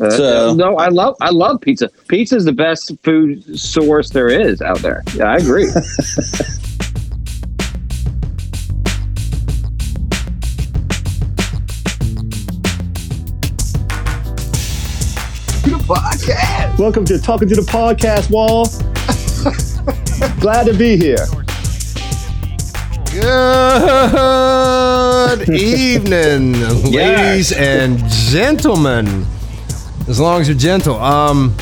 Uh, So- no, I love I love pizza. Pizza is the best food source there is out there. Yeah, I agree. Welcome to Talking to the Podcast Wall. Glad to be here. Good evening, ladies and gentlemen. As long as you're gentle. Um,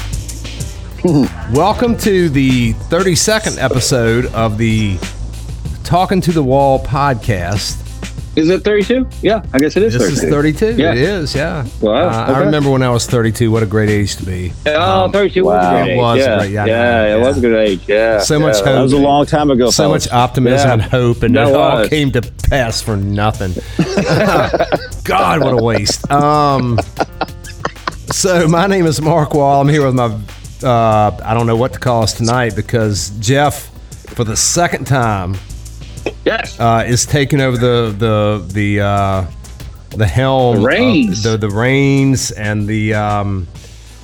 welcome to the 32nd episode of the Talking to the Wall podcast. is it thirty two? Yeah, I guess it is This thirty is two. 32. Yeah. It is, yeah. Wow, Uh, I okay. remember when I was 32. What a great age to be. Oh, 32 was a Wow. good It age. was a yeah. great- yeah, yeah, yeah. it was a good age. Yeah. So much yeah. hope. That was a long time ago. so fellas. much optimism Yeah. and hope, and That it all was. came to pass for nothing. God, what a waste. Um, so my name is Mark Wall. I'm here with my, uh, I don't know what to call us tonight because Jeff, for the second time, Yes. uh, is taking over the the the uh, the helm, The reins. of the the reins, and the um,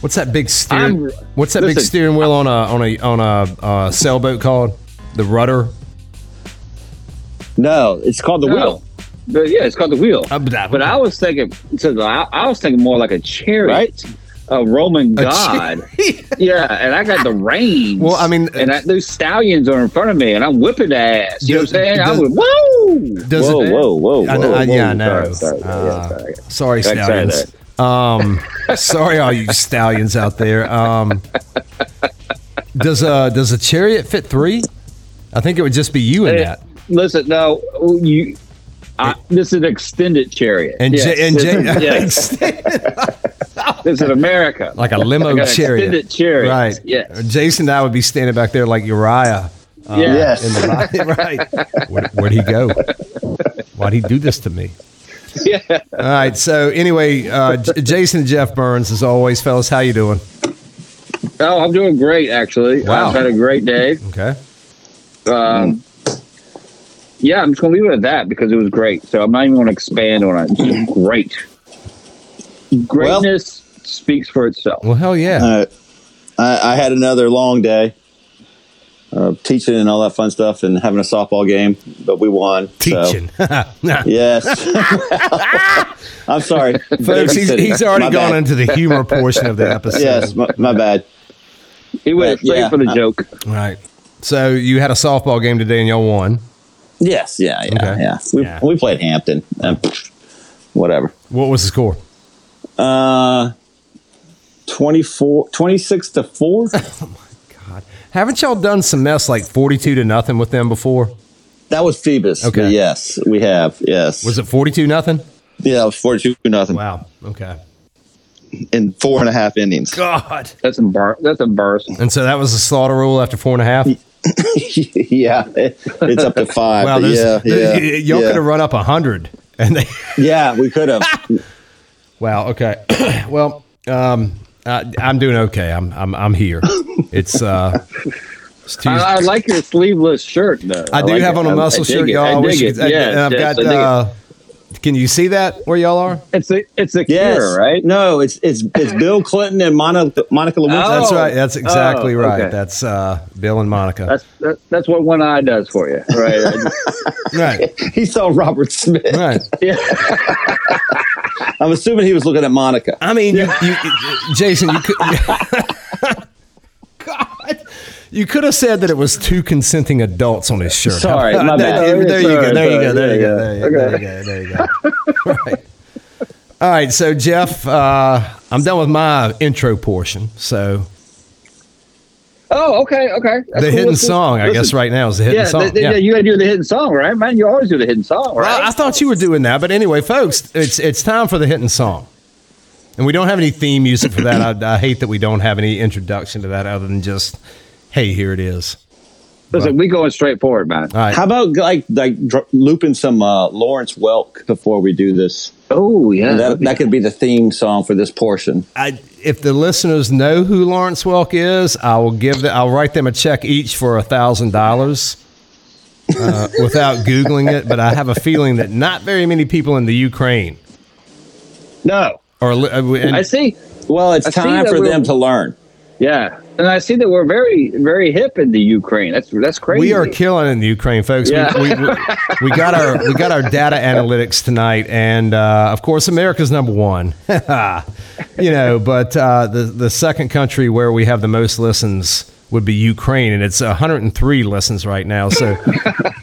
what's that big steering? I'm- What's that big listen, steering wheel on a on a on a uh, sailboat called? The rudder. No, it's called the No. wheel, But yeah, it's called the wheel. Uh, but- but I was thinking, so the- I, I was thinking more like a chariot, right? a Roman god. yeah, and I got the reins. Well, I mean, and I, those stallions are in front of me, and I'm whipping their ass. You know what I'm Does- saying? I does- would whoa. Does Whoa, it? whoa, whoa, I, know- whoa, I, yeah, I whoa. know. Sorry, sorry, yeah, Uh, sorry. Sorry, sorry, sorry, stallions. Um, sorry, all you stallions out there. Um, does uh does a chariot fit three? I think it would just be you in Eh, that. Listen, no, you. I, this is an extended chariot. And Yes, J- and this, J- yes, this is America. like a limo Like an chariot. extended chariot. Right. Uh, Yes. Jason and I would be standing back there like Uriah. yeah. Yes. In the right. Where, where'd he go? Why'd he do this to me? Yeah. All right. So anyway, uh, J- Jason and Jeff Burns, as always, fellas, how you doing? Oh, I'm doing great actually. Wow. I've had a great day. Okay. Um, yeah, I'm just gonna leave it at that because it was great. So I'm not even gonna expand on it. It's just great. Greatness speaks for itself. Well, hell yeah. Uh, I, I had another long day uh, teaching and all that fun stuff and having a softball game, but we won. so- Teaching. Yes. I'm sorry. Folks, he's, Babysitting. he's already My gone bad. into the humor portion of the episode. Yes, my, my bad. He went but, straight yeah, Uh, for the I- joke. Right. So you had a softball game today and y'all won. Yes, yeah, yeah, Okay. yeah. We, Yeah. we played Hampton. Uh, pfft, whatever. What was the score? Uh, 24, 26 to 4? God. Haven't y'all done some mess like 42 to nothing with them before? that was Phoebus. Okay. Okay. Yes, we have. Yes. Was it 42 nothing? yeah, it was 42 nothing Wow. Okay. in four and a half innings. God. That's embar- that's embarrassing. And so that was the slaughter rule after four and a half. yeah, it- it's up to five. Wow, but there's- yeah, yeah, y- y- y'all yeah. could have run up a hundred, and they. Yeah, we could have. Wow. Okay. well, um, I, I'm doing okay. I'm I'm I'm here. It's uh, it's Tuesday. I, I I, like your sleeveless shirt though. do like have it. on a I- muscle I dig shirt, it. y'all. I wish dig you it. could- I- Yes, and I've yes, got. I dig it. uh, can you see that where y'all are? it's a it's a Yes, cure, right? No, it's it's it's Bill Clinton and Monica Monica Lewinsky. Oh. That's right. That's exactly oh, right. okay. That's uh, Bill and Monica. That's that, that's what one eye does for you, right? I just- right. He saw Robert Smith. Right. yeah. I'm assuming he was looking at Monica. I mean, you, you, you- Jason, you could. God, you could have said that it was two consenting adults on his shirt. Sorry, How about my that? bad. There, there you go. Sorry, There you sorry, go. There you go. sorry, There you go. There you go. There you go. Right. All right. So Jeff, uh, I'm done with my intro portion. So Oh, okay, okay. That's the cool. hidden Listen- song, I guess, listen. right now is the hidden Yeah, song. th- th- yeah, you gotta do the hidden song, right, man? You always do the hidden song, right? Well, I thought you were doing that, but anyway, folks, it's it's time for the hitting song, and we don't have any theme music for that. I, I hate that we don't have any introduction to that other than just, hey, here it is. Listen, we going straight forward, man. All right, How about like like dr- looping some uh, Lawrence Welk before we do this? Oh yeah, That that could be the theme song for this portion. I, if the listeners know who Lawrence Welk is, I will give the, I'll write them a check each for a thousand dollars. uh, without googling it, but I have a feeling that not very many people in the Ukraine no. are. li- uh, I And, see. Well, it's I see time that for we're- them to learn. Yeah, and I see that we're very, very hip in the Ukraine. That's that's crazy. We are killing in Ukraine, folks. Yeah. We, we, we, we got our we got our data analytics tonight, and uh, of course, America's number one. you know, but uh, the the second country where we have the most listens would be Ukraine, and it's 103 listens right now. So,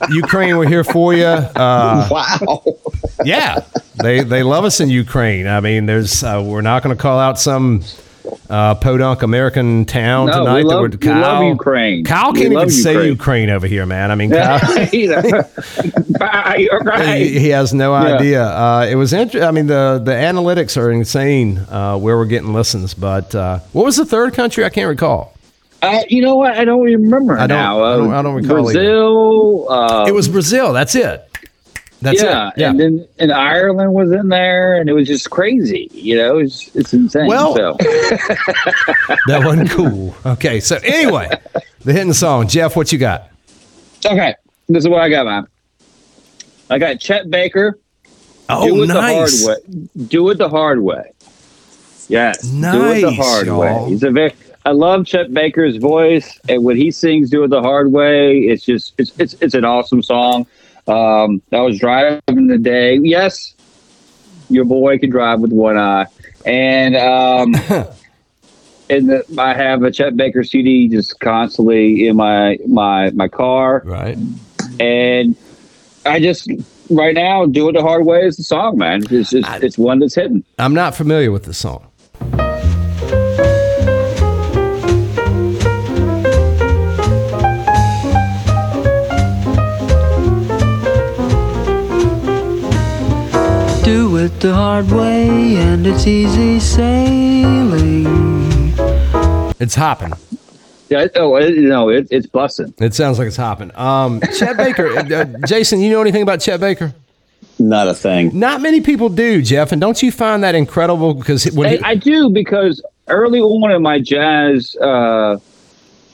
Ukraine, we're here for you. Uh, Wow. yeah, they they love us in Ukraine. I mean, there's uh, we're not going to call out some uh, podunk American town No, tonight. we that love, would- we love Kyle- Ukraine. Kyle We can't even love say Ukraine over here, man. I mean, Kyle, Bye, you're right. he, he has no Yeah. idea. Uh, it was interesting. I mean, the the analytics are insane uh, where we're getting listens. But uh, what was the third country? I can't recall. I, you know what? I don't even remember I don't- now. I don't- Uh, I don't recall either. Brazil. Uh, It was Brazil. That's it. That's yeah, it. Yeah. and then and Ireland was in there, and it was just crazy. You know, it's it's insane. Well- so. that wasn't cool. Okay. So anyway, the hidden song, Jeff. What you got? okay, this is what I got, man. I got Chet Baker. do Oh, it nice. the hard way. Do it the hard way. Yes. do it the Nice, hard y'all. way. He's a very, I love Chet Baker's voice and when he sings "Do It the Hard Way." It's just it's it's, it's an awesome song. Um, I was driving today. Yes, your boy can drive with one eye, and um, and the, I have a Chet Baker CD just constantly in my my my car Right. and I just right now do it the hard way is the song, man. It's just it's one that's hidden. I'm not familiar with the song. Do it the hard way, and it's easy sailing. It's hopping. Yeah, it- oh it, no, it, it's busting. It sounds like it's hopping. Um, Chet Baker. uh, Jason, you know anything about Chet Baker? Not a thing. Not many people do, Jeff. And don't you find that incredible? Because when I, he, I do because early on in my jazz, uh,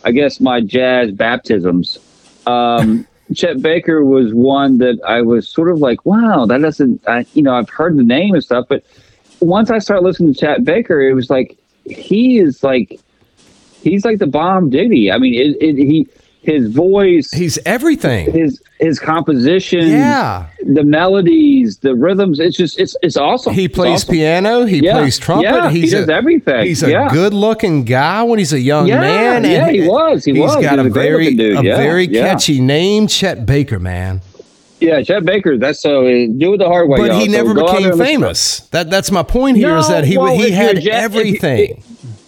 I guess my jazz baptisms, um, Chet Baker was one that I was sort of like, wow, that doesn't, I, you know, I've heard the name and stuff, but once I started listening to Chet Baker, it was like he is like he's like the bomb Diddy. I mean, it, it, he his voice, he's everything. his his composition, Yeah. the melodies, the rhythms. It's just it's it's awesome. He It's plays awesome. piano. He Yeah, plays trumpet. yeah, he he's does a, everything. He's a Yeah. good-looking guy when he's a young Yeah, man. yeah, he was, he was. He's He got was a a great-looking very, dude, a yeah, very yeah. catchy name, Chet Baker, man. Yeah, Chet Baker. That's so uh, do it the hard way. But y'all. he So never go out there became and listen- famous. That that's my point here is No, that he well, he if you're had a Jet- if you- everything.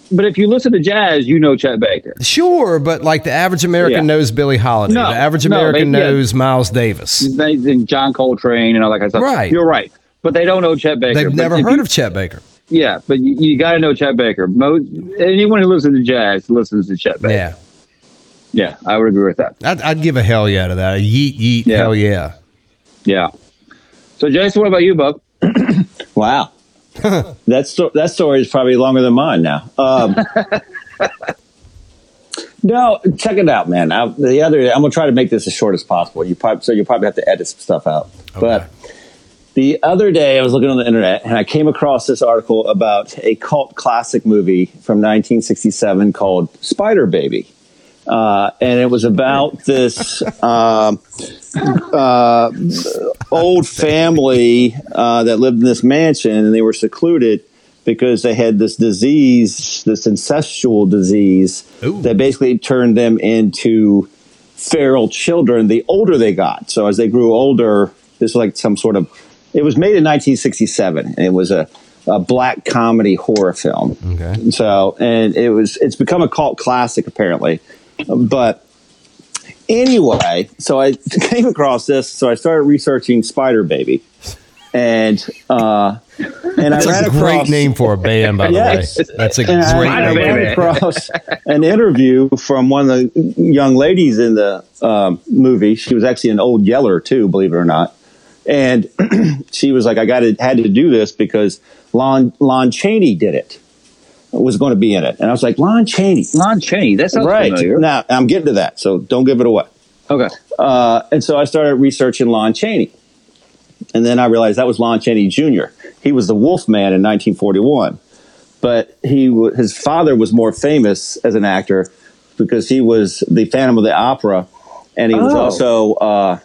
But if you listen to jazz, you know Chet Baker. sure, but like the average American Yeah. knows Billy Holiday. No, the average no, they- American yeah. knows Miles Davis. They- they- John Coltrane and all that kind of stuff. Right. You're right. But they don't know Chet Baker. They've But never if heard you, of Chet Baker. Yeah, but you, you got to know Chet Baker. Most anyone who listens to jazz listens to Chet Baker. Yeah. Yeah, I would agree with that. I'd, I'd give a hell yeah to that. A yeet yeet Yeah. hell yeah. Yeah. So Jason, what about you, Bub? Wow. that, sto- that story is probably longer than mine now. Um, no, check it out, man. I, the other, I'm gonna try to make this as short as possible. You probably so you'll probably have to edit some stuff out. But the other day, I was looking on the internet and I came across this article about a cult classic movie from 1967 called Spider Baby. Uh, and it was about this um uh, old family uh, that lived in this mansion and they were secluded because they had this disease, this incestual disease Ooh. that basically turned them into feral children the older they got. So as they grew older, this was like some sort of. It was made in 1967, and it was a, a black comedy horror film. Okay. So, and it was it's become a cult classic apparently, but anyway, so I came across this, so I started researching Spider Baby, and uh, and I That's ran a across great name for a band, by the Yes. way. That's a and I- great I, Spider name. Baby. ran across an interview from one of the young ladies in the um, movie. She was actually an old yeller too, believe it or not. And she was like, "I got to had to do this because Lon Lon Chaney did it, was going to be in it." And I was like, "Lon Chaney, Lon Chaney. That sounds right familiar. now I'm getting to that, so don't give it away." Okay. Uh, and so I started researching Lon Chaney. And then I realized that was Lon Chaney Jr. He was the Wolf Man in 1941. but he w- his father was more famous as an actor because he was the Phantom of the Opera, and he was Oh. also uh,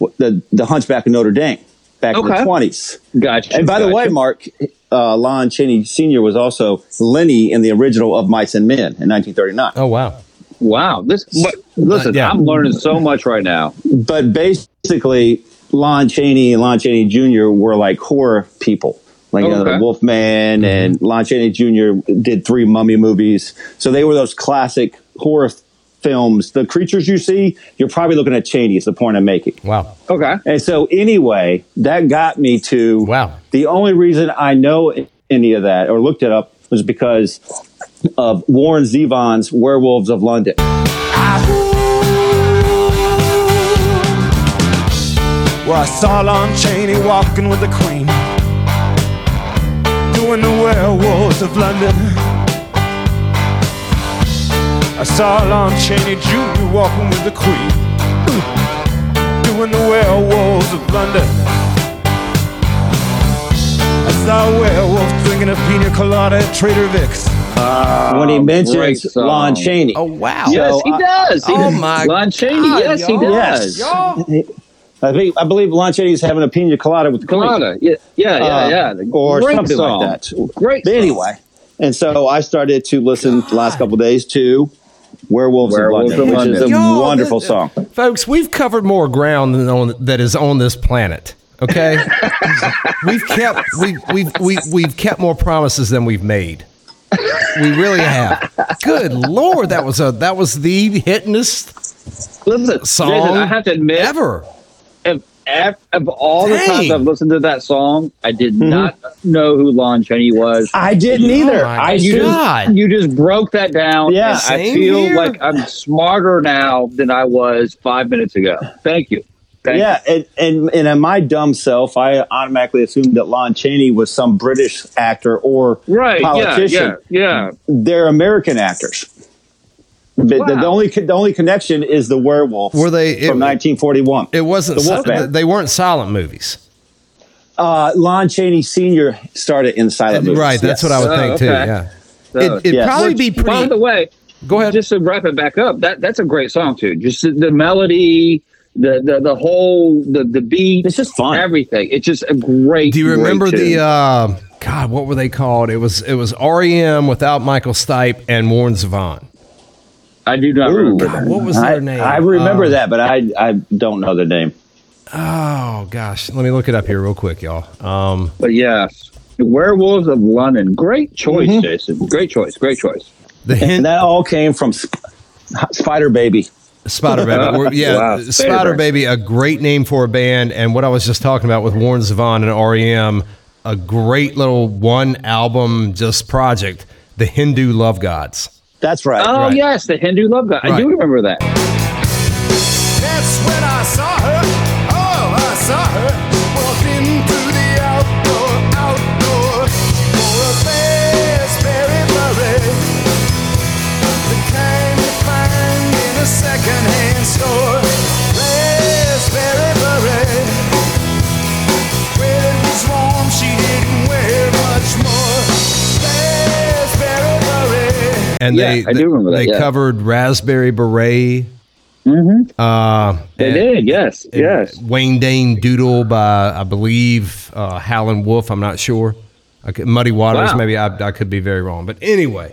w- the the Hunchback of Notre Dame back in Okay. the twenties. Gotcha. And by the gotcha. way, Mark, uh, Lon Chaney Sr. was also Lenny in the original of Mice and Men in 1939. Oh wow. wow. This but uh, listen, yeah. I'm learning so much right now. But basically, Lon Chaney and Lon Chaney Jr. were like horror people. Like you know, Okay. the Wolfman and Lon Chaney Jr. did three mummy movies. So they were those classic horror f- films. The creatures you see, you're probably looking at Chaney, is the point I'm making. Wow. Okay. And so, anyway, that got me to Wow. The only reason I know any of that or looked it up was because of Warren Zevon's Werewolves of London. Where I saw Lon Chaney walking with the Queen, doing the werewolves of London. I saw Lon Chaney Jr. walking with the Queen, doing the werewolves of London. I saw a werewolf drinking a pina colada at Trader Vic's. when he mentions Oh, great song. Lon Chaney. Oh wow. Yes, he I- does. He Oh does. my Lon Chaney. God, yes, he y'all. does. Y'all. I think I believe Lon Chaney's having a pina colada with the Queen. Colada. Yeah, yeah, Uh, yeah. yeah. or Great something song. like that. Great. But song. anyway, and so I started to listen the last couple of days to Werewolves, Werewolves of London, of which is a London. Y'all, wonderful this- song. Folks, we've covered more ground than on, that is on this planet. Okay, we've kept we we've we, we've kept more promises than we've made. We really have. Good lord, that was a that was the hitness Listen, song Jason, I have to admit, ever. If, if, of all the times Dang. I've listened to that song, I did Mm-hmm. not know who Lon Chaney was. I didn't Oh either. my I you used God. just, you just broke that down. Yeah. and I Same feel here. like I'm smarter now than I was five minutes ago. Thank you. Thank yeah, and, and and in my dumb self, I automatically assumed that Lon Chaney was some British actor or you. Right. politician. Yeah. Yeah. yeah. They're American actors. The, the- the Wow. only the only connection is the werewolf. Were they- it- from 1941? It wasn't. The si- Wolfman. they weren't silent movies, uh, Lon Chaney Sr. started in silent movies. right? That's yes. what I would Oh, think too. okay. Yeah, So, it, it'd yes. probably be pretty. by the way, go ahead. just to wrap it back up, that that's a great song too. Just the, the melody, the, the the whole the the beat, It's just fun. everything. It's just a great. Do you remember great the tune. uh, God? What were they called? It was it was REM without Michael Stipe and Warren Zevon. I do not Ooh. remember. that. What was I, their name? I remember Uh, that, but I I don't know the name. Oh gosh, let me look it up here real quick, y'all. Um, But yes, the Werewolves of London. Mm-hmm. Great choice, Jason. Great choice. Great choice. the And hint, that all came from Sp- Spider Baby. Spider Baby, We're- yeah, Wow, Spider, Spider Baby, a great name for a band, and what I was just talking about with Warren Zevon and REM, a great little one album just project, the Hindu Love Gods. That's right. Oh Right. yes, the Hindu love god. I do Right. remember that. That's when I saw her. Oh, I saw her walking through the outdoor, outdoor for a fast berry murray. The kind you find in a secondhand store. Raspberry beret. Well, it was warm, she didn't wear much more. Raspberry beret. And Yeah, they I do remember that, they yeah. covered Raspberry Beret. Mm-hmm. Uh, They and- did. Yes. Yes. Wayne Dane Doodle by I believe uh, Howlin' Wolf. I'm not sure. I could, Muddy Waters. Wow. Maybe I, I could be very wrong. But anyway,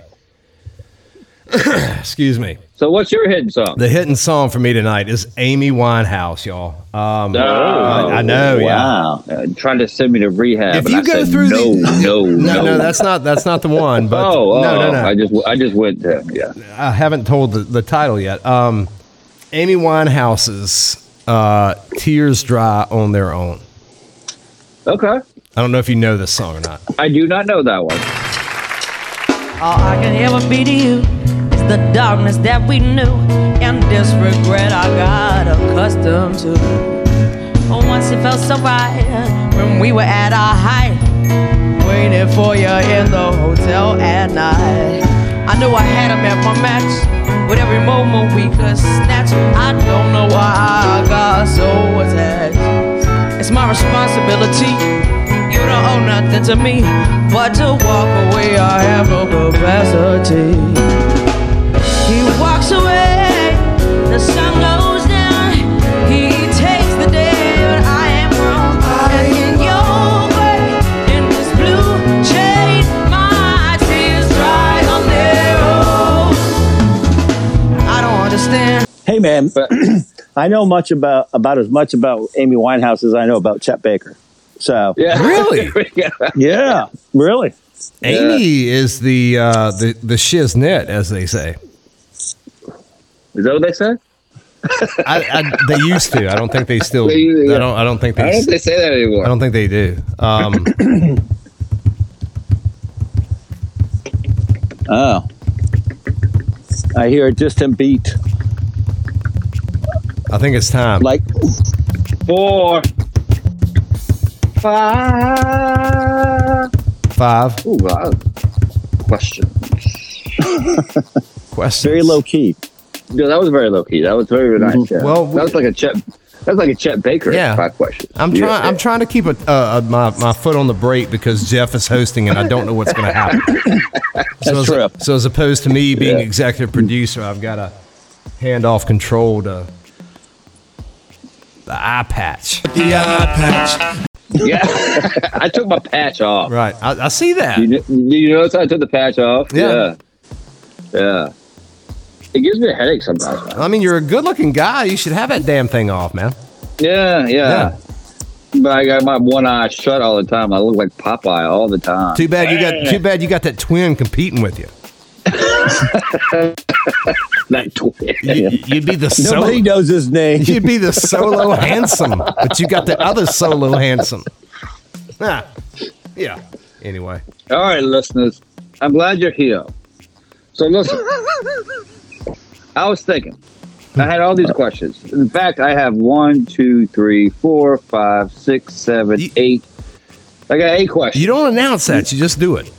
excuse me. So what's your hidden song? The hitting song for me tonight is Amy Winehouse, y'all. Um, Oh, I, I know. Yeah. Wow. uh, trying to send me to rehab. If and you I go said, through no, the- no, No, no, no, that's not that's not the one. But Oh, oh, no, no, no. I just, I just went there. Yeah, I haven't told the, the title yet. Um, Amy Winehouse's uh, "Tears Dry on Their Own." okay. I don't know if you know this song or not. I do not know that one. All I can ever be to you is the darkness that we knew, and this regret I got accustomed to. Oh, once it felt so right when we were at our height, waiting for you in the hotel at night. I knew I had him at my match, with every moment we could snatch. I don't know why I got so attached. It's my responsibility. You don't owe nothing to me but to walk away. I have no capacity. He walks away, the sun goes down. He takes the day, but I am wrong. And in your way, in this blue shade, my tears dry on their own. I don't understand. Hey, man, I know much about about as much about Amy Winehouse as I know about Chet Baker. So Yeah. Really? yeah. yeah, really. Amy is the uh, the the shiznit, as they say. Is that what they said? I, I, they used to. I don't think they still. They used to, I don't. I don't think I they. don't know if they say st- that anymore. I don't think they do. Um, Oh, I hear a distant beat. I think it's time. Like Four. Five. Five Ooh, Oh, wow. Question. questions. very low key. Yeah, that was very low key. That was very nice. Yeah. Mm-hmm. Well, we- that was like a Chet. That's like a Chet Baker. Yeah. Five questions. I'm Yeah. trying. I'm trying to keep a, uh, uh, my my foot on the brake because Jeff is hosting and I don't know what's going to happen. so, as, true. so as opposed to me being Yeah. executive producer, I've got to hand off control to the eye patch. Yeah. I took my patch off. Right. I, I see that. You, kn- you notice how I took the patch off? Yeah. Yeah. Yeah. It gives me a headache sometimes. I mean, you're a good-looking guy. You should have that damn thing off, man. Yeah, yeah. Yeah. But I got my one eye shut all the time. I look like Popeye all the time. Too bad you got. Too bad you got that twin competing with you. That twin. You- You'd be the solo. Nobody knows his name. You'd be the solo handsome, but you got the other solo handsome. Ah, yeah. Anyway, All right, listeners. I'm glad you're here. So listen, I was thinking. I had all these questions. In fact, I have one, two, three, four, five, six, seven, You- eight. I got eight questions. you don't announce that. You just do it.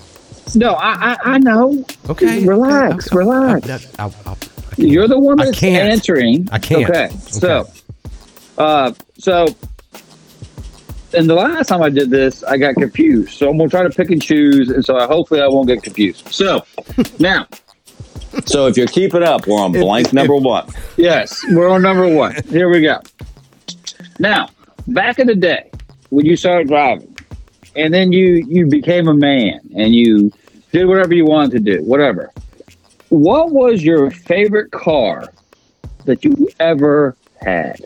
no, I, I, I know. Okay. Relax, Okay, I'll- relax. I'll- I'll- I'll- You're the one I that's can't. answering. I can't. Okay. So, uh, so, and the last time I did this, I got confused. So I'm gonna try to pick and choose, and so I, hopefully I won't get confused. So, now, So if you're keeping up, we're on blank number one. yes, we're on number one. Here we go. Now, back in the day when you started driving, and then you you became a man and you did whatever you wanted to do, whatever. What was your favorite car that you ever had?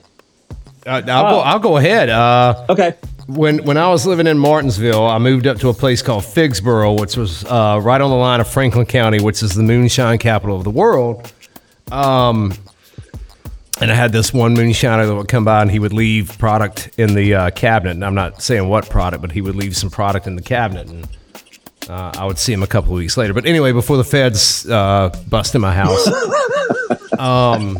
Uh, I'll, go, I'll go ahead. Uh, Okay. when when I was living in Martinsville, I moved up to a place called Figsboro, which was uh, right on the line of Franklin County, which is the moonshine capital of the world. Um, and I had this one moonshiner that would come by and he would leave product in the uh, cabinet. And I'm not saying what product, but he would leave some product in the cabinet. And uh, I would see him a couple of weeks later. But anyway, before the feds uh, busted my house, Um,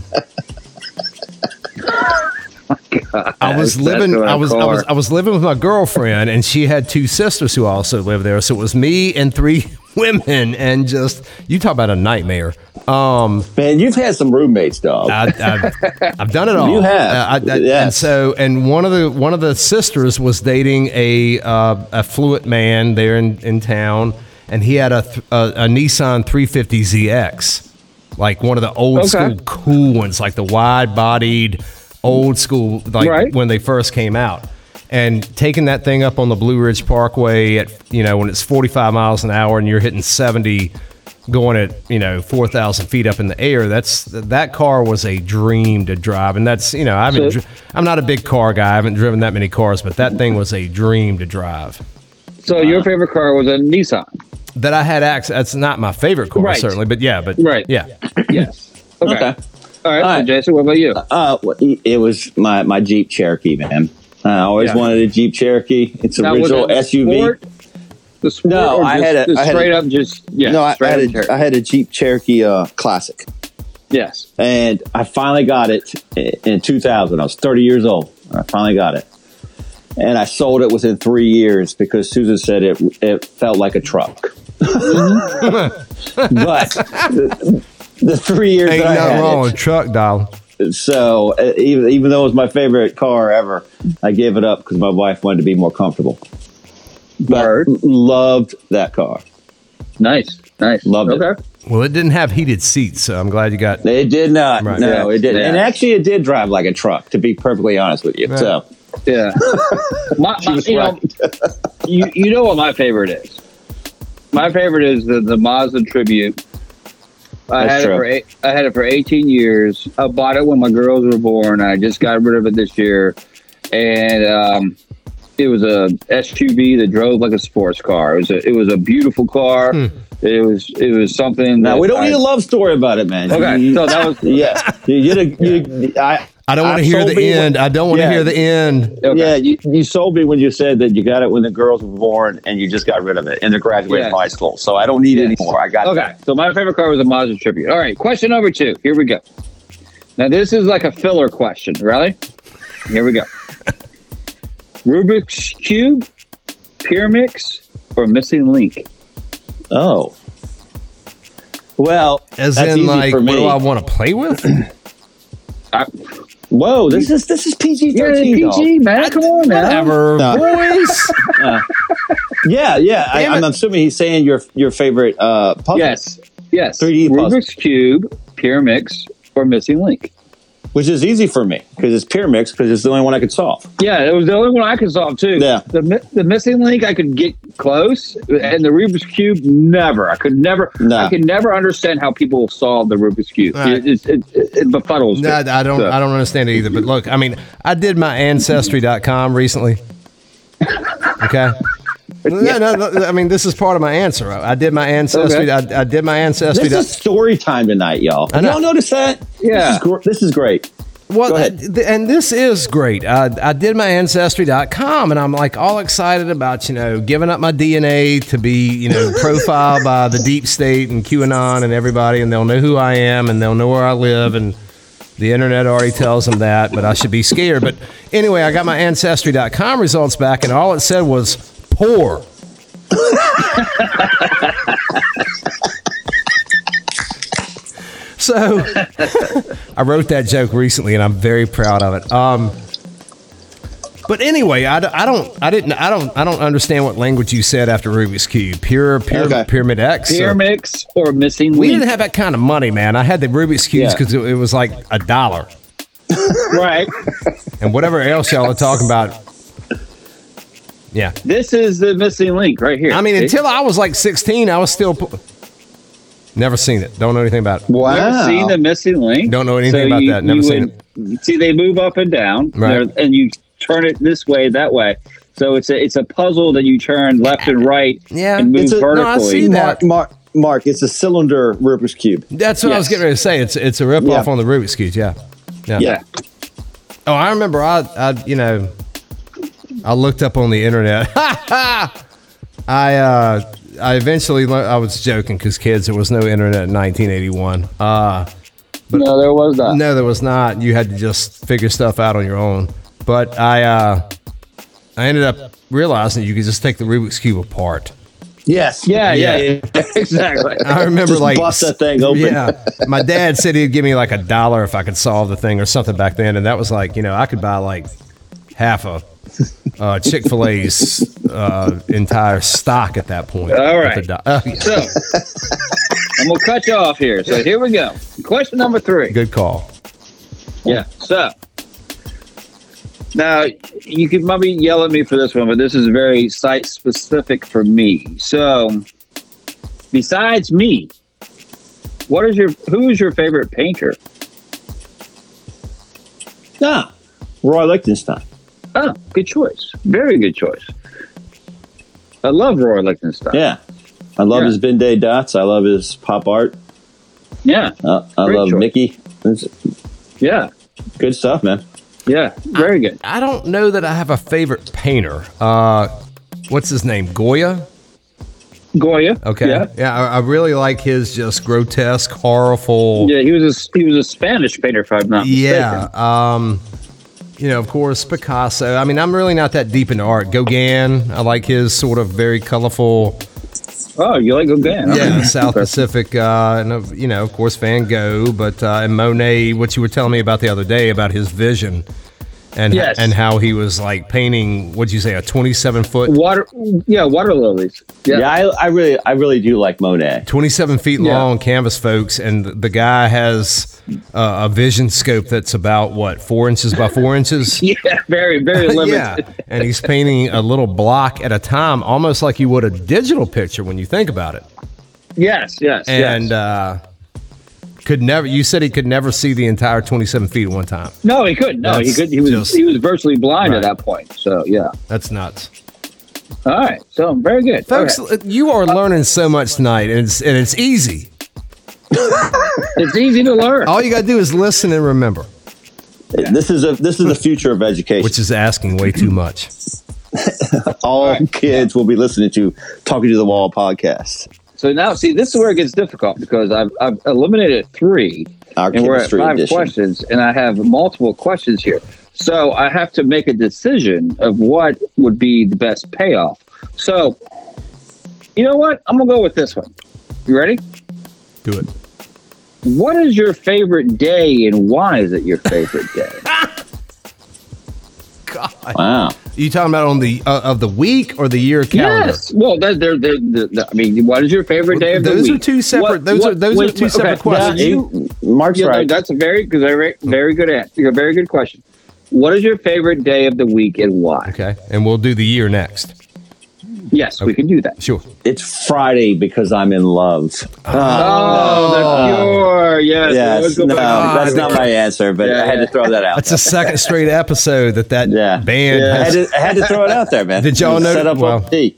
I was That's living. what I I was. I call was. her. I was living with my girlfriend, and she had two sisters who also lived there. So it was me and three women, and just you talk about a nightmare. Um, Man, you've had some roommates, dog. I, I've, I've done it all. You have, Uh, I, I, And yes. so, and one of the one of the sisters was dating a uh, affluent man there in, in town, and he had a, th- a a Nissan 350ZX, like one of the old Okay. school cool ones, like the wide bodied old school, like Right. when they first came out. And taking that thing up on the Blue Ridge Parkway at you know when it's 45 miles an hour and you're hitting 70 going at you know 4,000 feet up in the air. That's that car was a dream to drive, and that's you know I haven't. Sure. dri- I'm not a big car guy. I haven't driven that many cars, but that thing was a dream to drive. So Uh-huh. your favorite car was a Nissan. That I had access. That's not my favorite car Right. certainly, but yeah, but Right. yeah. yes. Okay. okay. All right. All right. So Jason, what about you? Uh, well, it was my, my Jeep Cherokee, man. I always Yeah. wanted a Jeep Cherokee. It's Now, an was original it the SUV. Sport, the sport No, or I just, had a- the I had a- straight up just yeah. no, I, I straight up had Cherokee. a, I had a Jeep Cherokee uh, Classic, yes. and I finally got it i- in 2000. I was 30 years old. and I finally got it, and I sold it within three years because Susan said it it felt like a truck. but the, the three years Mm-hmm. Ain't that I nothing had wrong it, with truck dial. so uh, even, even though it was my favorite car ever, I gave it up because my wife wanted to be more comfortable. But Word. loved that car. Nice, nice. Loved it. okay. Well, it didn't have heated seats, so I'm glad you got. It did not. Right. No, Yeah. it didn't. Yeah. And actually, it did drive like a truck. To be perfectly honest with you, Right. so Yeah. my, my, was you, know, right. you, you know what my favorite is? My favorite is the, the Mazda Tribute. I That's had, it true. for eight, I had it for 18 years. I bought it when my girls were born. I just got rid of it this year. And um, it was a SUV that drove like a sports car. It was a, it was a beautiful car. Hmm. It was it was something. now that we don't I- need a love story about it, man. Okay, You- so that was yeah, you, you, you, I, I don't want to I've hear sold the me end. I don't want to Yeah. hear the end. okay. Yeah, you, you sold me when you said that you got it when the girls were born and you just got rid of it and they're graduating Yes. from high school. So I don't need it Yes. anymore. I got Okay, so my favorite car was a Mazda Tribute. All right, question number two. Here we go. Now this is like a filler question, really. Here we go. Rubik's Cube, Pyramix, or Missing Link? that. Oh. Well, As that's in, easy like, for what me. do I want to play with? I, Whoa, this is this is PG yeah, thirteen. PG man, come on now. Whatever, No. boys. Yeah, yeah. I, Damn it. I'm assuming he's saying your your favorite uh, puzzle, Yes, yes. 3D puzzle. Rubik's Cube, Pyramix, or Missing Link? which is easy for me because it's Pyramix because it's the only one I could solve. Yeah, it was the only one I could solve too. Yeah. The, mi- the missing link I could get close, and the Rubik's cube never. I could never. No. I could never understand how people solve the Rubik's cube. Right. It, it, it, it befuddles No, me. I don't. So- I don't understand it either. But look, I mean, I did my ancestry.com recently. Okay. No, no, no, I mean, this is part of my answer. I I did my ancestry. Okay. I, I did my ancestry. This is story time tonight, y'all. I know. Y'all notice that? Yeah. this is, gr- this is great. well, go ahead. th- and this is great. I, I did my ancestry.com and I'm like all excited about, you know, giving up my DNA to be, you know, profiled by the deep state and QAnon and everybody. And they'll know who I am and they'll know where I live. And The internet already tells them that, but I should be scared. But anyway, I got my ancestry.com results back, and all it said was poor. so I wrote that joke recently, and I'm very proud of it. Um, but anyway, I, d- I don't, I didn't, I don't, I don't understand what language you said after Rubik's Cube. Pure, pure Okay. pyramid X. or- Pyramix or missing we link? didn't have that kind of money, man. I had the Rubik's cubes Yeah. because it, it was like a dollar. right. and whatever else y'all are talking about. Yeah. This is the missing link right here. I mean, See? until I was like 16, I was still. po- Never seen it. Don't know anything about it. Wow. Never seen the missing link. Don't know anything about that. Never seen it. See, they move up and down, Right. They're- and you turn it this way, that way. So it's a it's a puzzle that you turn left and right, Yeah. and move It's a- no, I vertically. see that. Mark, Mark, Mark, it's a cylinder Rubik's cube. That's what I was Yes. getting ready to say. It's it's a rip off Yeah. on the Rubik's cubes. Yeah. yeah. Yeah. Oh, I remember. I, I you know, I looked up on the internet. I uh, I eventually learned. I was joking because kids, there was no internet in 1981. Uh, no, there was not. No, there was not. You had to just figure stuff out on your own. But I, uh, I ended up realizing you could just take the Rubik's cube apart. Yes. Yeah, yeah, Yeah. yeah, exactly. I remember Just like bust that thing open. Yeah, my dad said he'd give me like a dollar if I could solve the thing or something back then, and that was like you know I could buy like half a uh, Chick Fil A's uh, entire stock at that point. All With right. a do- oh, yeah. So I'm gonna cut you off here. So here we go. Question number three. good call. Yeah. So now you could maybe yell at me for this one, but this is very site specific for me. So besides me, what is your who is your favorite painter? Nah. Roy Lichtenstein. Oh, good choice. Very good choice. I love Roy Lichtenstein. Yeah. I love Yeah. his Ben Day dots. I love his pop art. Yeah. Uh, I Great love choice. Mickey. It's Yeah. good stuff, man. Yeah. Very good. I don't know that I have a favorite painter. Uh, what's his name? Goya. Goya. Okay. Yeah. Yeah, I, I really like his just grotesque, horrible. Yeah, he was a he was a Spanish painter, if I'm not Yeah, Um, you know, of course, Picasso. I mean, I'm really not that deep into art. Gauguin. I like his sort of very colorful. mistaken. Oh, you like Gauguin? Yeah, South Okay. Pacific, uh, and of- you know, of course, Van Gogh, but uh, and Monet. What you were telling me about the other day about his vision and Yes. and how he was like painting. What'd you say? A twenty-seven foot, Water, yeah, water lilies. Yeah, Yeah, I, I really, I really do like Monet. twenty-seven feet Yeah. long canvas, folks, and the guy has uh, a vision scope that's about what four inches by four inches. yeah, very, very limited. yeah, and he's painting a little block at a time, almost like you would a digital picture when you think about it. Yes, yes, And yes. uh, could never. You said he could never see the entire twenty-seven feet at one time. no, he couldn't. No, he that's could. He was just- he was virtually blind at Right. that point. So yeah. That's nuts. All right. So very good, Folks, Okay. you are learning so much tonight, and it's, and it's easy. It's easy to learn. All you got to do is listen and remember, This is a, this is the future of education. which is asking way too much. all kids will be listening to Talking to the Wall podcast. So now, see, this is where it gets difficult because I've, I've eliminated three, Our and we're at chemistry five edition. questions, and I have multiple questions here. So I have to make a decision of what would be the best payoff. So, you know what? I'm gonna go with this one. You ready? Do it. What is your favorite day, and why is it your favorite day? Wow. You talking about on the uh, of the week or the year calendar? Yes. Well, they're, they're, they're, they're- I mean, what is your favorite day of the Those week? are two separate- What- those are- what- those are wait, two okay, separate now questions. you- Mark's Yeah, right. that's a very good, very, very good answer. A very good question. What is your favorite day of the week and why? Okay, and we'll do the year next. Yes, we can do that. Sure. It's Friday because I'm in love. Uh, Oh, the cure. Yes. yes, Let's go no, back. that's not my answer, but Yeah, I had yeah. to throw that out. That's the second straight episode that that Yeah. band I had, has. to, I had to throw it out there, man. Did y'all know- Set up well, on T.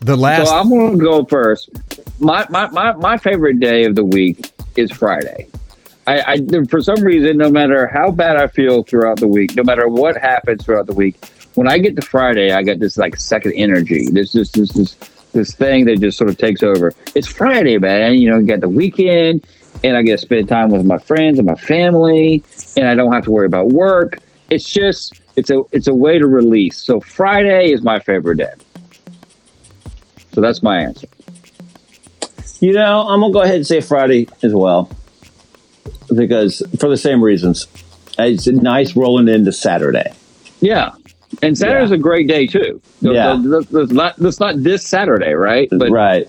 The last. So I'm going to go first. My, my, my, my favorite day of the week is Friday. I, I, for some reason, no matter how bad I feel throughout the week, no matter what happens throughout the week, when I get to Friday, I get this like second energy. This this this this this thing that just sort of takes over. It's Friday, man. You know, you got the weekend, and I get to spend time with my friends and my family, and I don't have to worry about work. It's just it's a it's a way to release. So Friday is my favorite day. So that's my answer. You know, I'm gonna go ahead and say Friday as well, because for the same reasons, it's nice rolling into Saturday. Yeah. And Saturday's Yeah. a great day too. The- Yeah. the- the- the- not, that's not this Saturday, right? But right. right.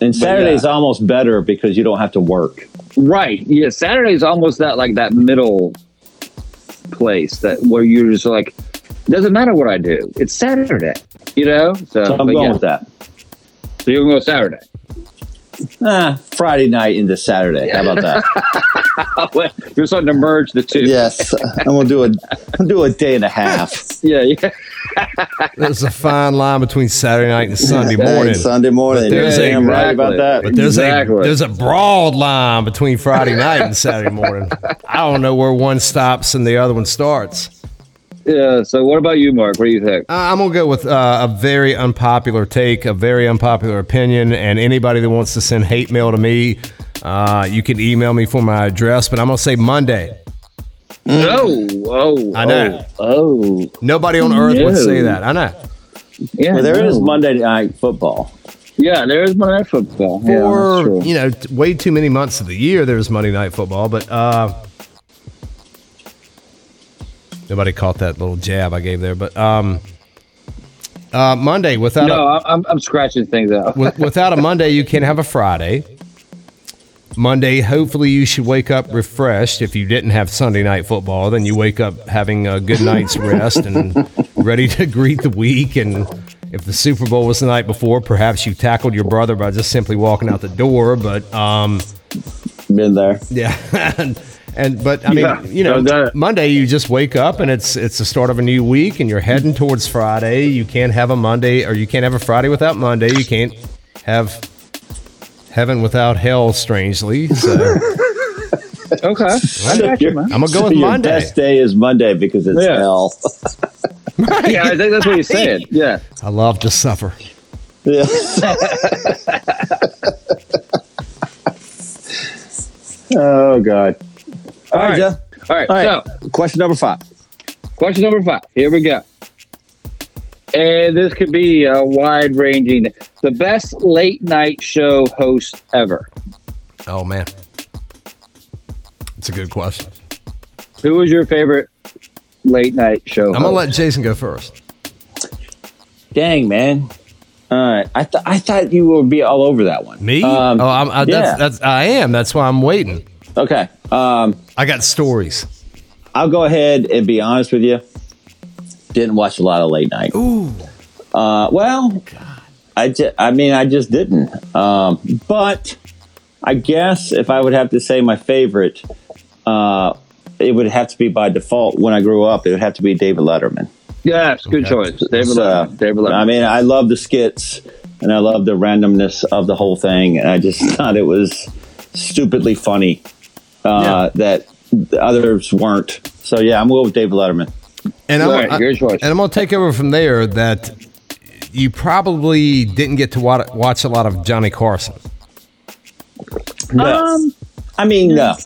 And Saturday's yeah. almost better because you don't have to work. Yeah. Saturday's almost that like that middle place that where you're just like, doesn't matter what I do. It's Saturday. You know? So, So I'm but going yeah. with that. So you're gonna go Saturday. Ah, Friday night into Saturday. How about that? you're starting to merge the two. yes, I'm gonna do a I'll do a day and a half. Yeah, yeah. There's a fine line between Saturday night and Sunday morning. Sunday morning. You're there's a- damn right Exactly. about that. But there's a Exactly. there's a broad line between Friday night and Saturday morning. I don't know where one stops and the other one starts. Yeah. So what about you, Mark? What do you think? Uh, I'm gonna go with uh, a very unpopular take, a very unpopular opinion, and anybody that wants to send hate mail to me, uh, you can email me for my address. But I'm gonna say Monday. Mm. Oh, oh, I know. Oh, oh. Nobody on earth No. would say that. I know. yeah. Well, there no. is Monday night football. Yeah, there is Monday Night football. Yeah, that's Or true. you know, t- way too many months of the year there's Monday night football, but uh, nobody caught that little jab I gave there. But um, uh, Monday without a, No, I- I'm, I'm scratching things out. With, without a Monday, you can't have a Friday. Monday, hopefully, you should wake up refreshed. If you didn't have Sunday night football, then you wake up having a good night's rest and ready to greet the week. And if the Super Bowl was the night before, perhaps you tackled your brother by just simply walking out the door. But um, Been there. yeah, and, and but I mean, Yeah, you know, done that. Monday you just wake up and it's it's the start of a new week, and you're heading towards Friday. You can't have a Monday, or you can't have a Friday without Monday. You can't have heaven without hell. Strangely, so Okay. I got you, man. I'm gonna go with Your Monday. Best day is Monday because it's Yeah. hell. Yeah, I think that's what you said. Yeah. I love to suffer. Yeah. oh God. All right. Jeff. All right. All right. So, Question number five. question number five. Here we go. And this could be a wide ranging. The best late night show host ever. Oh man, it's a good question. Who is your favorite late night show. I'm gonna let Jason go first. Dang, man. All right. I, th- I thought you would be all over that one. Me? Um, oh, I'm, I, yeah. that's, that's, I am. That's why I'm waiting. okay. Um, I got stories. I'll go ahead and be honest with you. Didn't watch a lot of late night. Ooh. Uh, well, I, ju- I mean, I just didn't. Um, but I guess if I would have to say my favorite, uh, it would have to be by default when I grew up. It would have to be David Letterman. yes, good Okay. choice, David So, Letterman. David Letterman. I mean, I love the skits and I love the randomness of the whole thing. And I just thought it was stupidly funny uh, that the others weren't. So yeah, I'm with David Letterman. And I'm, All right, your choice. and I'm gonna take over from there. That you probably didn't get to wa- watch a lot of Johnny Carson. No. I mean, no.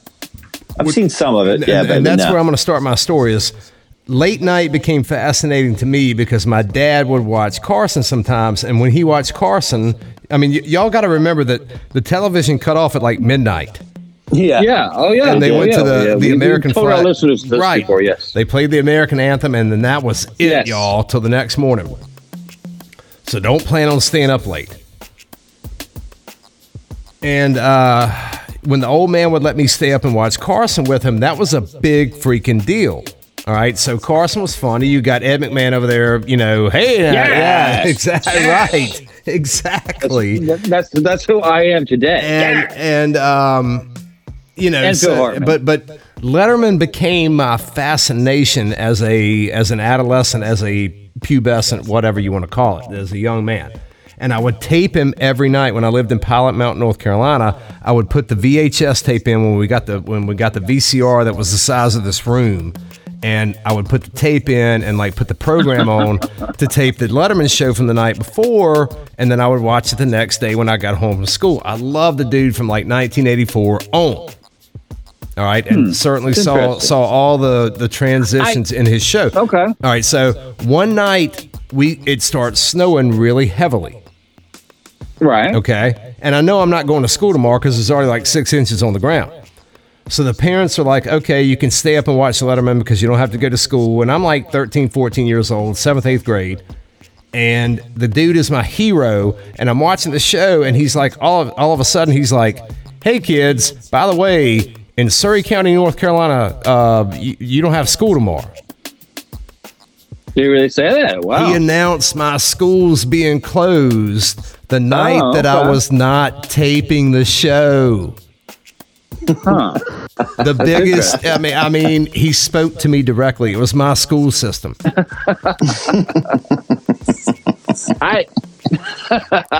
I've seen some of it. And- Yeah, and, but and that's no. where I'm going to start my story. Is late night became fascinating to me because my dad would watch Carson sometimes, and when he watched Carson, I mean, y- y'all got to remember that the television cut off at like midnight. Yeah. yeah. Oh yeah. And they Oh, went yeah. to the, Yeah, we- the we American told flag. our listeners this right. before. Yes. They played the American anthem, and then that was it, Yes. y'all, till the next morning. So don't plan on staying up late. And uh, when the old man would let me stay up and watch Carson with him, that was a big freaking deal. All right, so Carson was funny. You got Ed McMahon over there, you know, hey, now- yeah, exactly, right, exactly That- That's that's who I am today. and and um, you know, And Phil so- Hartman. but but Letterman became my fascination as a as an adolescent, as a pubescent, whatever you want to call it, as a young man. And I would tape him every night when I lived in Pilot Mountain, North Carolina. I would put the VHS tape in when we got the when we got the VCR that was the size of this room. And I would put the tape in and like put the program on to tape the Letterman show from the night before, and then I would watch it the next day when I got home from school. I love the dude from like 1984 on. All right, and certainly saw Hmm. Interesting. saw all the the transitions in his show. Okay. All right, so one night we it starts snowing really heavily. Right. Okay, and I know I'm not going to school tomorrow because there's already like six inches on the ground. So the parents are like, okay, you can stay up and watch the Letterman because you don't have to go to school. And I'm like 13, 14 years old, seventh, eighth grade. And the dude is my hero. And I'm watching the show, and he's like, all of, all of a sudden, he's like, hey, kids, by the way, in Surrey County, North Carolina, uh, you, you don't have school tomorrow. Did you really say that? Wow. He announced my schools being closed the night Oh, that I okay. was not taping the show. huh. The biggest I mean I mean he spoke to me directly. It was my school system. I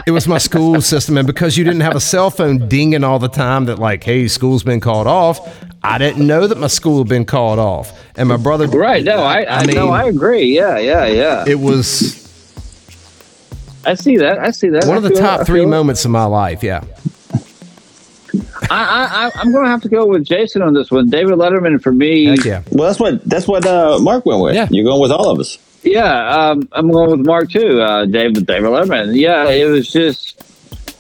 It was my school system and because you didn't have a cell phone dinging all the time that like hey school's been called off, I didn't know that my school had been called off. And my brother right. No. I. I, no. I agree. Yeah. Yeah. Yeah. it was I see that. I see that. one I of the feel- I top 3 feel- moments of my life, yeah. I, I, I, I'm going to have to go with Jason on this one. David Letterman for me. Heck yeah. Well, that's what that's what uh, Mark went with. Yeah. You're going with all of us. Yeah, um, I'm going with Mark too. Uh, David David Letterman. Yeah, it was just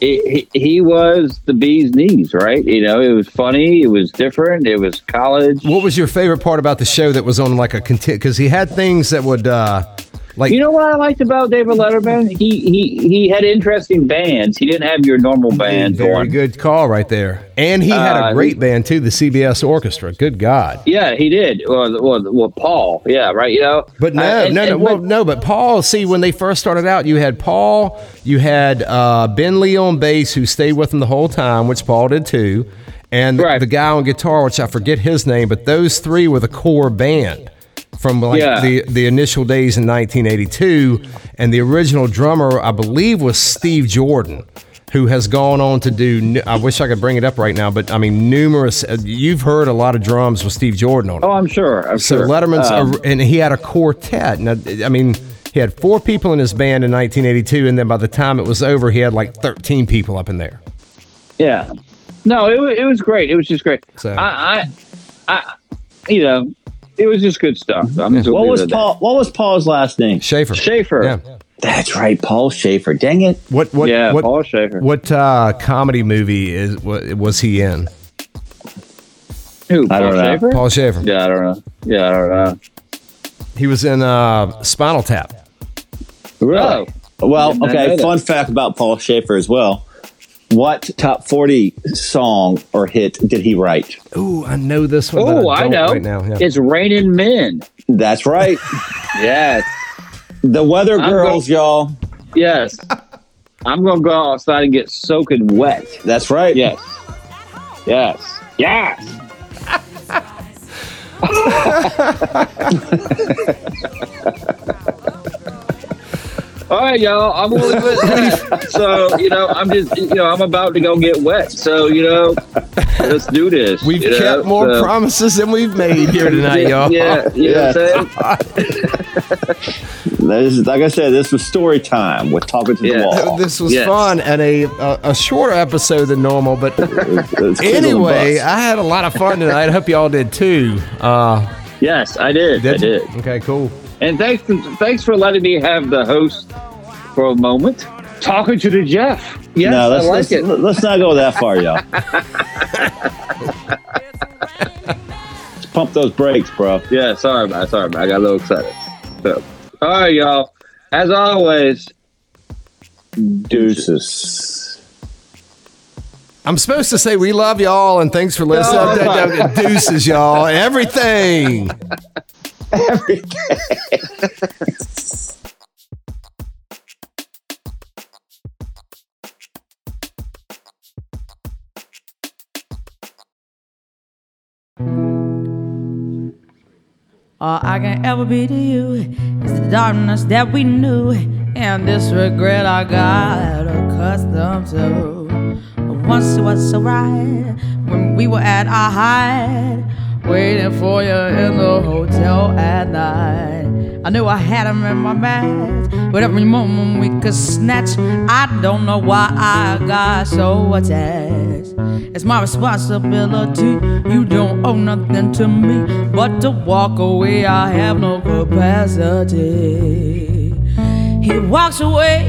it, he, he was the bee's knees, right? You know, it was funny. It was different. It was college. What was your favorite part about the show that was on like a content? Because he had things that would, uh, like, You know what I liked about David Letterman? He he he had interesting bands. He didn't have your normal band very going. good call right there. And he had a Uh, great band too, the CBS Orchestra. Good God! Yeah, he did. Well, well, well, Paul. Yeah, right. You know, But no, I- Uh, and- no, no, and- well, no. But Paul, see, when they first started out, you had Paul, you had uh, Ben Lee on bass, who stayed with him the whole time, which Paul did too, and Right. the guy on guitar, which I forget his name, but those three were the core band. From like Yeah. the, the initial days in 1982, and the original drummer, I believe, was Steve Jordan, who has gone on to do. nu- I wish I could bring it up right now, but I mean, numerous. uh, You've heard a lot of drums with Steve Jordan on it. Oh, I'm sure. I'm So sure. Um, Letterman's, a, and he had a quartet. Now, I mean, he had four people in his band in 1982, and then by the time it was over, he had like 13 people up in there. Yeah. No, it, wa- it was great. It was just great. So- I, I, I, you know, it was just good stuff. I'm just gonna What leave was it at that. Paul? What was Paul's last name? Schaefer. Schaefer. Yeah. That's right, Paul Schaefer. Dang it! What? What? Yeah, what, Paul Schaefer. What uh, comedy movie is what, was he in? Who? Paul I don't know. Schaefer? Paul Schaefer. Yeah, I don't know. Yeah, I don't know. He was in uh, Spinal Tap. Really? Well, Didn't know okay. that. Fun fact about Paul Schaefer as well. What top forty song or hit did he write? Ooh, I know this one. Oh, but I don't know. Right now, yeah. It's raining men. That's right, Yes. the Weather I'm Girls, y'all. Yes. I'm gonna go outside and get soaking wet. That's right. Yes. Yes. Yes. All right, y'all. I'm gonna leave it at that. So you know, I'm just you know, I'm about to go get wet. So you know, let's do this. We've you know, kept more so- promises than we've made here tonight, y'all. Yeah, you know what I'm saying? This is- like I said, this was story time with talking to Yeah. the wall. This was Yes. fun and a, a a shorter episode than normal, but It's- it's Cleveland anyway, Bucks. I had a lot of fun tonight. I hope y'all did too. Uh, Yes, I did. I did you? did. Okay, cool. And thanks, thanks for letting me have the host for a moment. Talking to the Jeff. Yes, no, I let's, like let's, it. let's not go that far, y'all. Let's Pump those brakes, bro. Yeah, sorry, man. Sorry, man. I got a little excited. So, all right, y'all. As always, Deuces. I'm supposed to say we love y'all and thanks for listening. No. Da- da- da- Deuces, y'all. Everything. All I can ever be to you is the darkness that we knew, and this regret I got accustomed to. Once it was so right when we were at our height, waiting for you in the hotel at night. I knew I had him in my back, but every moment we could snatch. I don't know why I got so attached. It's my responsibility. You don't owe nothing to me but to walk away. I have no capacity. He walks away,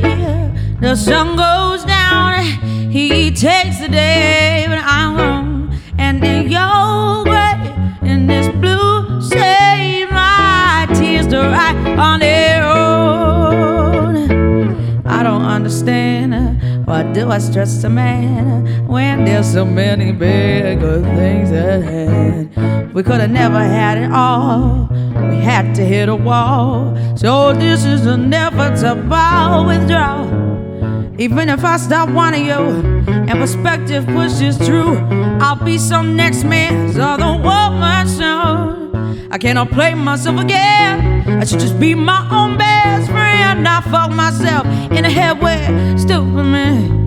the sun goes down. He takes the day, but I'm alone. And in your gray, in this blue, save my tears to write on their own. I don't understand. uh, Why do I stress a man uh, when there's so many bigger things at hand? We could have never had it all. We had to hit a wall. So this is an inevitable withdrawal. Even if I stop wanting you and perspective pushes through, I'll be some next man's other woman soon. I cannot play myself again. I should just be my own best friend. I fuck myself in the head with stupid man.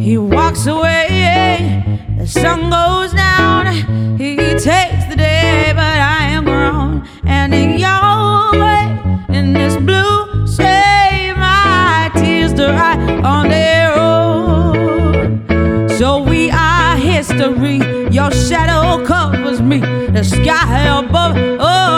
He walks away, the sun goes down. He takes the day, but I am grown. And in your way, in this blue, save my tears to write on their own. So we are history. Your shadow covers me. The sky above, oh,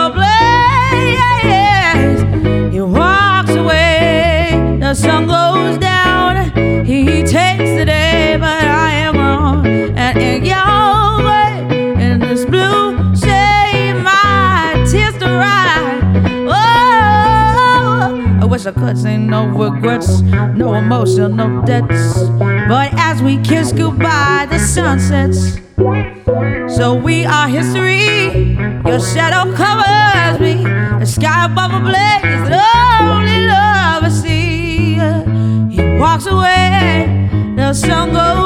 blaze. He walks away. The sun goes down. He takes the day, but I am wrong. And in your way, in this blue shade, my tears to rise. Oh, I wish I could say no regrets, no emotion, no debts. But as we kiss goodbye, the sun sets. So we are history. Your shadow covers me. The sky above a blaze that only love I see. He walks away. The sun goes Oh, Oh,